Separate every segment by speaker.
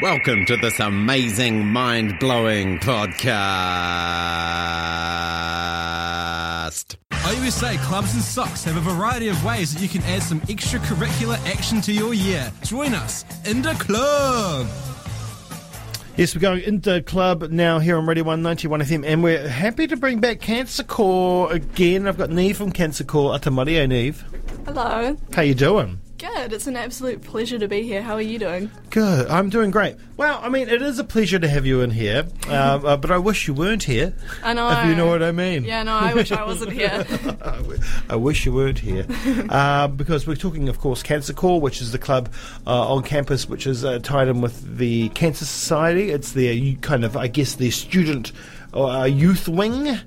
Speaker 1: Welcome to this amazing, mind blowing podcast.
Speaker 2: OUSA Clubs and Socks have a variety of ways that you can add some extracurricular action to your year. Join us in the club.
Speaker 3: Yes, we're going into club now here on Radio 191 FM, and we're happy to bring back Cancer Core again. I've got Neve from Cancer Core. Atamario, Neve.
Speaker 4: Hello.
Speaker 3: How you doing?
Speaker 4: Good. It's an absolute pleasure to be here. How are you doing?
Speaker 3: Good. I'm doing great. Well, I mean, it is a pleasure to have you in here, um, uh, but I wish you weren't here.
Speaker 4: I know.
Speaker 3: If you know what I mean.
Speaker 4: Yeah, no, I wish I wasn't here.
Speaker 3: I w- I wish you weren't here. uh, because we're talking, of course, Cancer Corps, which is the club uh, on campus which is uh, tied in with the Cancer Society. It's their you- kind of, I guess, their student or uh, youth wing.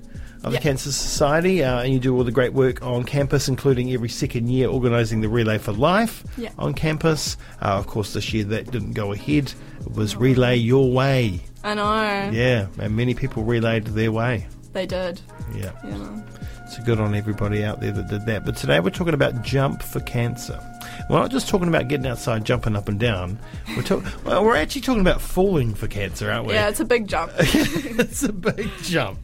Speaker 3: Of the
Speaker 4: Yeah.
Speaker 3: Cancer Society, uh, and you do all the great work on campus, including every second year organising the Relay for Life
Speaker 4: Yeah.
Speaker 3: on campus. Uh, of course, this year that didn't go ahead. It was Relay Your Way.
Speaker 4: I know.
Speaker 3: Yeah, and many people relayed their way.
Speaker 4: They did.
Speaker 3: Yeah.
Speaker 4: Yeah. no.
Speaker 3: So good on everybody out there that did that. But today we're talking about jump for cancer. We're not just talking about getting outside, jumping up and down. We're talk- well, we're actually talking about falling for cancer, aren't we?
Speaker 4: Yeah, it's a big jump.
Speaker 3: it's a big jump.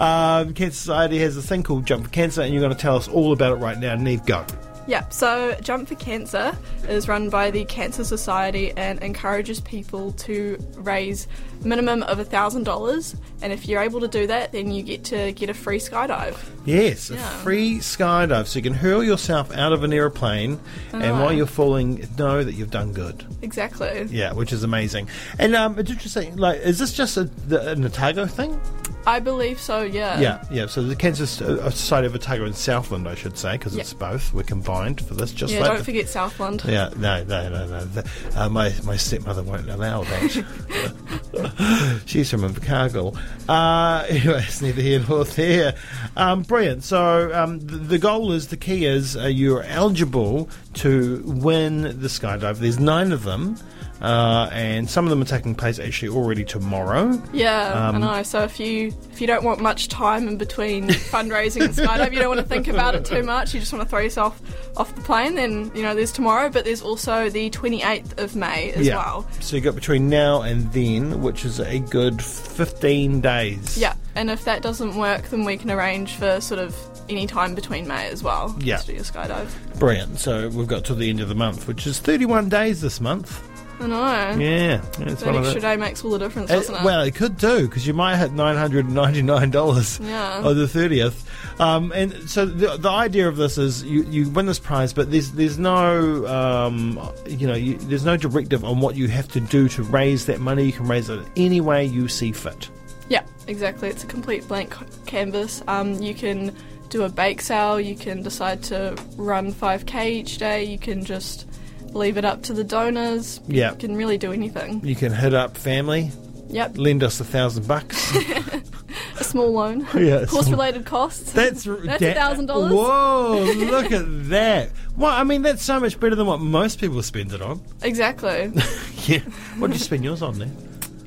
Speaker 3: Um, cancer Society has a thing called Jump for Cancer, and you're going to tell us all about it right now. Neve, go.
Speaker 4: Yeah, so Jump for Cancer is run by the Cancer Society and encourages people to raise minimum of $1,000 and if you're able to do that then you get to get a free skydive.
Speaker 3: Yes,
Speaker 4: Yeah.
Speaker 3: a free skydive. So you can hurl yourself out of an aeroplane,
Speaker 4: Oh.
Speaker 3: and while you're falling, know that you've done good.
Speaker 4: Exactly.
Speaker 3: Yeah, which is amazing. And um, it's interesting. Like, is this just a, the, an Otago thing?
Speaker 4: I believe so, yeah.
Speaker 3: Yeah, yeah. So the Kansas uh, Society of Otago and Southland, I should say, because
Speaker 4: Yeah.
Speaker 3: it's both. We're combined for this. Just
Speaker 4: Yeah,
Speaker 3: like
Speaker 4: don't
Speaker 3: the-
Speaker 4: forget Southland.
Speaker 3: Yeah, no, no, no, no. The- uh, my my stepmother won't allow that. She's from Invercargill. Uh, anyway, it's neither here nor there. Um, brilliant. So um, the, the goal is the key is uh, you're eligible to win the skydive. There's nine of them. Uh, and some of them are taking place actually already tomorrow.
Speaker 4: Yeah,
Speaker 3: Um,
Speaker 4: I know. So if you if you don't want much time in between fundraising and skydiving, you don't want to think about it too much. You just want to throw yourself off the plane. Then you know there's tomorrow, but there's also the 28th of May as well.
Speaker 3: So you got between now and then, which is a good 15 days.
Speaker 4: Yeah, and if that doesn't work, then we can arrange for sort of any time between May as well.
Speaker 3: Yeah.
Speaker 4: to do your skydive.
Speaker 3: Brilliant. So we've got till the end of the month, which is 31 days this month.
Speaker 4: I know.
Speaker 3: Yeah. It's
Speaker 4: That extra day makes all the difference,
Speaker 3: Uh,
Speaker 4: doesn't it?
Speaker 3: well, it could do because you might hit nine hundred ninety nine dollars
Speaker 4: Yeah.
Speaker 3: on the thirtieth. Um, and so the, the idea of this is you, you win this prize, but there's there's no um, you know you, there's no directive on what you have to do to raise that money. You can raise it any way you see fit.
Speaker 4: Yeah, exactly. It's a complete blank c- canvas. Um, you can do a bake sale, you can decide to run 5k each day, you can just leave it up to the donors.
Speaker 3: Yeah.
Speaker 4: You can really do anything.
Speaker 3: You can hit up family,
Speaker 4: Yep,
Speaker 3: lend us a thousand bucks.
Speaker 4: a small loan.
Speaker 3: Yeah, a
Speaker 4: Course
Speaker 3: small-
Speaker 4: related costs.
Speaker 3: That's
Speaker 4: That's
Speaker 3: that-
Speaker 4: $1,000.
Speaker 3: Whoa! Look at that. Well, I mean, that's so much better than what most people spend it on.
Speaker 4: Exactly.
Speaker 3: Yeah. What did you spend yours on then?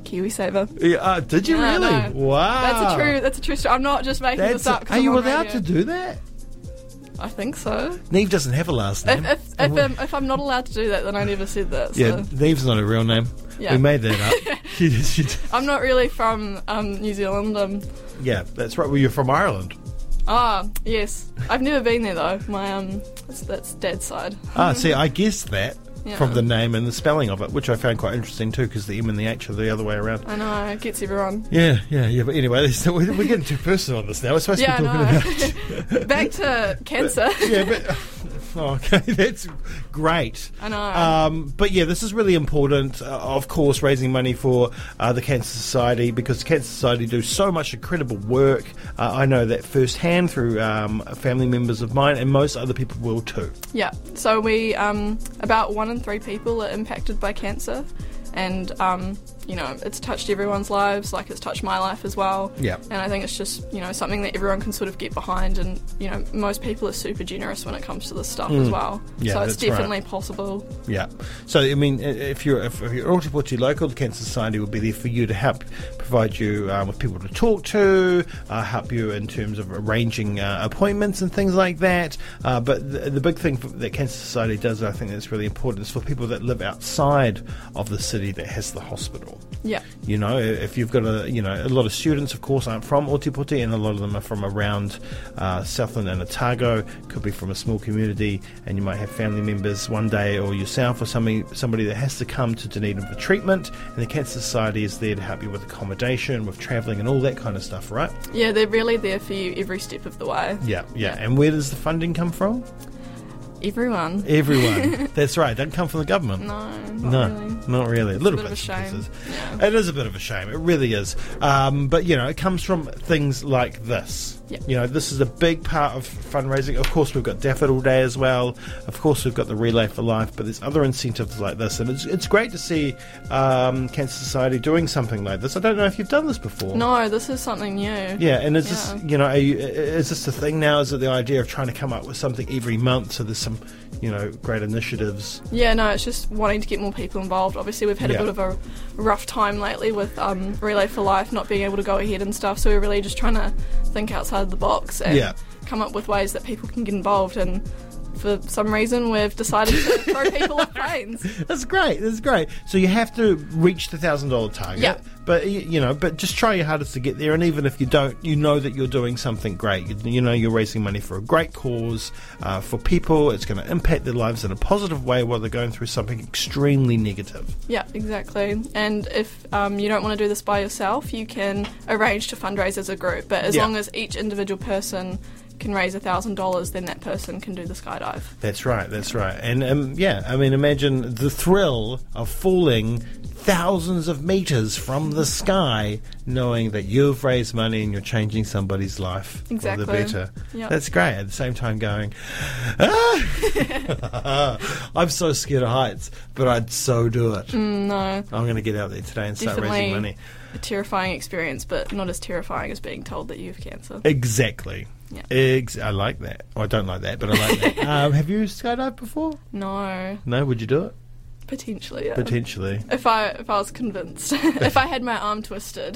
Speaker 4: KiwiSaver.
Speaker 3: Yeah, uh, did you
Speaker 4: No,
Speaker 3: really?
Speaker 4: no.
Speaker 3: Wow.
Speaker 4: That's a true that's a true story. I'm not just making
Speaker 3: That's
Speaker 4: this up. 'cause
Speaker 3: are
Speaker 4: I'm
Speaker 3: you
Speaker 4: on
Speaker 3: allowed
Speaker 4: radio.
Speaker 3: to do that?
Speaker 4: I think so.
Speaker 3: Neve doesn't have a last
Speaker 4: If,
Speaker 3: name.
Speaker 4: if,
Speaker 3: And
Speaker 4: if,
Speaker 3: we-
Speaker 4: um, if I'm not allowed to do that, then I never said that. So.
Speaker 3: yeah, Neve's not a real name.
Speaker 4: Yeah.
Speaker 3: We made that up. she, just- she, just-
Speaker 4: I'm not really from um, New Zealand. Um,
Speaker 3: yeah, that's right. Well, you're from Ireland.
Speaker 4: Ah, yes. I've never been there though. My um, that's, that's dad's side.
Speaker 3: Ah, see, I guessed that
Speaker 4: Yeah.
Speaker 3: from the name and the spelling of it, which I found quite interesting too, because the M and the H are the other way around.
Speaker 4: I know it gets everyone.
Speaker 3: Yeah, yeah, yeah. But anyway, this- we're we're getting too personal on this now. We're supposed
Speaker 4: Yeah,
Speaker 3: to be talking
Speaker 4: I
Speaker 3: about.
Speaker 4: know. Back to cancer.
Speaker 3: yeah, but oh, okay, that's great.
Speaker 4: I know.
Speaker 3: Um, but yeah, this is really important. Uh, of course, raising money for uh, the Cancer Society because the Cancer Society do so much incredible work. Uh, I know that firsthand through um, family members of mine, and most other people will too.
Speaker 4: yeah. So we um, about one in three people are impacted by cancer, and um, you know, it's touched everyone's lives, like it's touched my life as well.
Speaker 3: Yeah.
Speaker 4: And I think it's just, you know, something that everyone can sort of get behind. And, you know, most people are super generous when it comes to this stuff as well.
Speaker 3: Mm. Yeah,
Speaker 4: so it's
Speaker 3: that's right.
Speaker 4: definitely possible.
Speaker 3: Yeah. So, I mean, i- if you're if you're Altiportu local, the Cancer Society will be there for you to help provide you uh, with people to talk to, uh, help you in terms of arranging uh, appointments and things like that. Uh, but the, the big thing for, that Cancer Society does, I think, that's really important is for people that live outside of the city that has the hospital.
Speaker 4: Yeah.
Speaker 3: You know, if you've got a, you know, a lot of students, of course, aren't from Otipoti, and a lot of them are from around uh, Southland and Otago. Could be from a small community, and you might have family members one day, or yourself, or somebody somebody that has to come to Dunedin for treatment. And the Cancer Society is there to help you with accommodation, with travelling, and all that kind of stuff, right?
Speaker 4: Yeah, they're really there for you every step of the way.
Speaker 3: Yeah, yeah. And where does the funding come from?
Speaker 4: Everyone.
Speaker 3: Everyone. That's right. Don't come from the government.
Speaker 4: no,
Speaker 3: E- No,
Speaker 4: not really.
Speaker 3: not really. A little
Speaker 4: bit of
Speaker 3: bits
Speaker 4: a
Speaker 3: and
Speaker 4: shame.
Speaker 3: pieces. It is a bit of a shame. It really is. Um, but you know, it comes from things like this.
Speaker 4: Yeah.
Speaker 3: You know, this is a big part of fundraising. Of course, we've got Daffodil Day as well. Of course, we've got the Relay for Life. But there's other incentives like this, and it's, it's great to see um, Cancer Society doing something like this. I don't know if you've done this before.
Speaker 4: No, this is something new.
Speaker 3: Yeah, and is
Speaker 4: Yeah.
Speaker 3: this you know are you, i- is this the thing now? Is it the idea of trying to come up with something every month? So there's some you know great initiatives.
Speaker 4: Yeah, no, it's just wanting to get more people involved. Obviously, we've had
Speaker 3: Yeah.
Speaker 4: a bit of a rough time lately with um, Relay for Life not being able to go ahead and stuff. So we're really just trying to think outside the box and
Speaker 3: Yeah.
Speaker 4: come up with ways that people can get involved. And for some reason, we've decided to throw people off planes.
Speaker 3: That's great. That's great. So you have to reach the thousand dollar target.
Speaker 4: Yeah.
Speaker 3: But y- you know, but just try your hardest to get there. And even if you don't, you know that you're doing something great. You, you know you're raising money for a great cause uh, for people. It's going to impact their lives in a positive way while they're going through something extremely negative.
Speaker 4: Yeah, exactly. And if um, you don't want to do this by yourself, you can arrange to fundraise as a group. But as
Speaker 3: Yeah.
Speaker 4: long as each individual person can raise $1,000, then that person can do the skydive.
Speaker 3: That's right. That's right. And um, yeah, I mean, imagine the thrill of falling thousands of meters from the sky, knowing that you've raised money and you're changing somebody's life
Speaker 4: Exactly.
Speaker 3: for the better.
Speaker 4: Yep.
Speaker 3: That's great. At the same time, going, ah! I'm so scared of heights, but I'd so do it.
Speaker 4: No.
Speaker 3: I'm going to get out there today and start raising
Speaker 4: Mm. Definitely
Speaker 3: money.
Speaker 4: a terrifying experience, but not as terrifying as being told that you have cancer.
Speaker 3: Exactly.
Speaker 4: Yeah.
Speaker 3: Ex- I like that. Well, I don't like that, but I like that. um, have you skydived before?
Speaker 4: No,
Speaker 3: No. Would you do it?
Speaker 4: potentially. Yeah.
Speaker 3: Potentially.
Speaker 4: if I if I was convinced, if I had my arm twisted.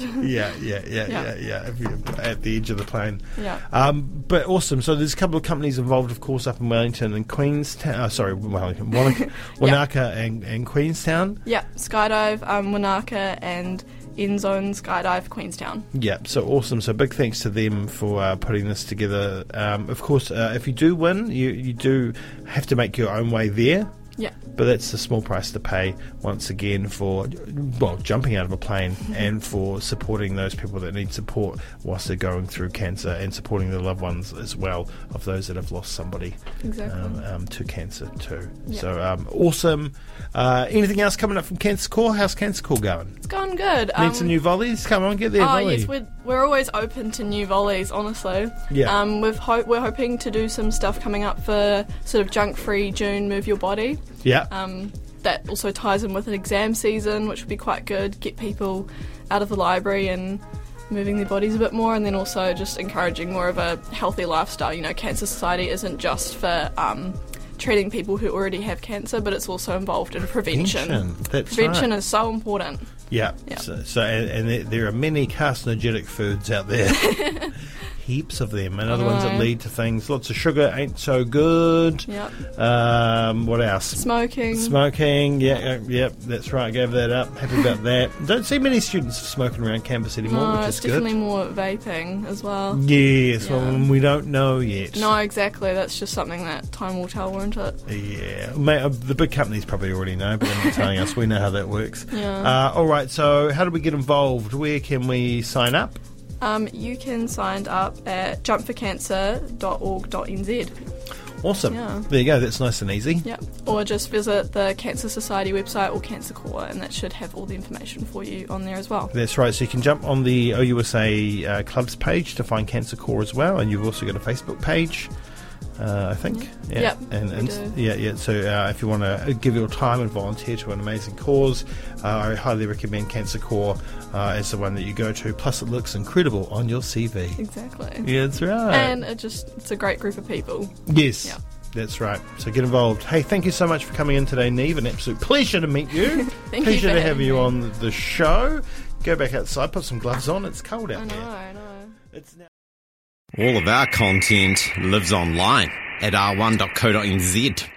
Speaker 3: yeah, yeah, yeah, yeah,
Speaker 4: Yeah.
Speaker 3: yeah. If you're at the edge of the plane.
Speaker 4: Yeah.
Speaker 3: Um, but awesome. So there's a couple of companies involved, of course, up in Wellington and Queenstown. Uh, sorry, Wellington, Wanaka, Wanaka and, and Queenstown.
Speaker 4: yeah, skydive, um, Wanaka, and End Zone Skydive Queenstown.
Speaker 3: Yeah. So awesome. So big thanks to them for uh, putting this together. Um, of course, uh, if you do win, you you do have to make your own way there.
Speaker 4: Yeah,
Speaker 3: But that's a small price to pay once again for, well, jumping out of a plane
Speaker 4: Mm-hmm.
Speaker 3: and for supporting those people that need support whilst they're going through cancer and supporting their loved ones as well of those that have lost somebody
Speaker 4: exactly.
Speaker 3: um, um, to cancer too.
Speaker 4: Yeah.
Speaker 3: So um, awesome. Uh, anything else coming up from Cancer Core? How's Cancer Core going?
Speaker 4: it's gone good.
Speaker 3: Need
Speaker 4: Um,
Speaker 3: some new volleys? Come on, get there,
Speaker 4: Oh
Speaker 3: volley.
Speaker 4: yes, we're, we're always open to new volleys. Honestly,
Speaker 3: Yeah.
Speaker 4: Um, we've ho- we're hoping to do some stuff coming up for sort of junk-free June. Move your body.
Speaker 3: yeah.
Speaker 4: Um, that also ties in with an exam season, which would be quite good. Get people out of the library and moving their bodies a bit more, and then also just encouraging more of a healthy lifestyle. You know, Cancer Society isn't just for um, treating people who already have cancer, but it's also involved in prevention.
Speaker 3: Prevention. That's
Speaker 4: Prevention
Speaker 3: right.
Speaker 4: is so important.
Speaker 3: Yeah.
Speaker 4: Yeah.
Speaker 3: So, so and, and there- there are many carcinogenic foods out there. Heaps of them, and other ones that
Speaker 4: know.
Speaker 3: lead to things. Lots of sugar ain't so good.
Speaker 4: Yep.
Speaker 3: Um, what else?
Speaker 4: Smoking.
Speaker 3: Smoking. Yeah, yeah, yeah, that's right. Gave that up. Happy about that. Don't see many students smoking around campus anymore,
Speaker 4: No,
Speaker 3: which
Speaker 4: it's
Speaker 3: is good.
Speaker 4: definitely more vaping as well.
Speaker 3: Yes, well,
Speaker 4: Yeah.
Speaker 3: we don't know yet.
Speaker 4: No, exactly. That's just something that time will tell, won't it?
Speaker 3: Yeah, Mate, uh, the big companies probably already know, but they're not telling us. We know how that works.
Speaker 4: Yeah.
Speaker 3: Uh, all right. So, how do we get involved? Where can we sign up?
Speaker 4: Um, you can sign up at jumpforcancer.org.nz.
Speaker 3: Awesome.
Speaker 4: Yeah.
Speaker 3: There you go. That's nice and easy.
Speaker 4: Yep. Or just visit the Cancer Society website or Cancer Core, and that should have all the information for you on there as well.
Speaker 3: That's right. So you can jump on the OUSA uh, clubs page to find Cancer Core as well, and you've also got a Facebook page. uh, I think. Yeah.
Speaker 4: Yep,
Speaker 3: and,
Speaker 4: we
Speaker 3: and
Speaker 4: do.
Speaker 3: yeah, yeah. So uh, if you want to give your time and volunteer to an amazing cause, uh, I highly recommend Cancer Corps uh, as the one that you go to. Plus, it looks incredible on your CV.
Speaker 4: Exactly.
Speaker 3: Yeah, that's right.
Speaker 4: And it just it's a great group of people.
Speaker 3: yes.
Speaker 4: Yeah.
Speaker 3: That's right. So get involved. Hey, thank you so much for coming in today, Neve. An absolute pleasure to meet you.
Speaker 4: Thank you
Speaker 3: pleasure
Speaker 4: for
Speaker 3: to have
Speaker 4: having
Speaker 3: you
Speaker 4: me.
Speaker 3: on the show. Go back outside, put some gloves on. It's cold out
Speaker 4: I know,
Speaker 3: there.
Speaker 4: I know.
Speaker 3: It's now-
Speaker 1: All of our content lives online at r1.co.nz.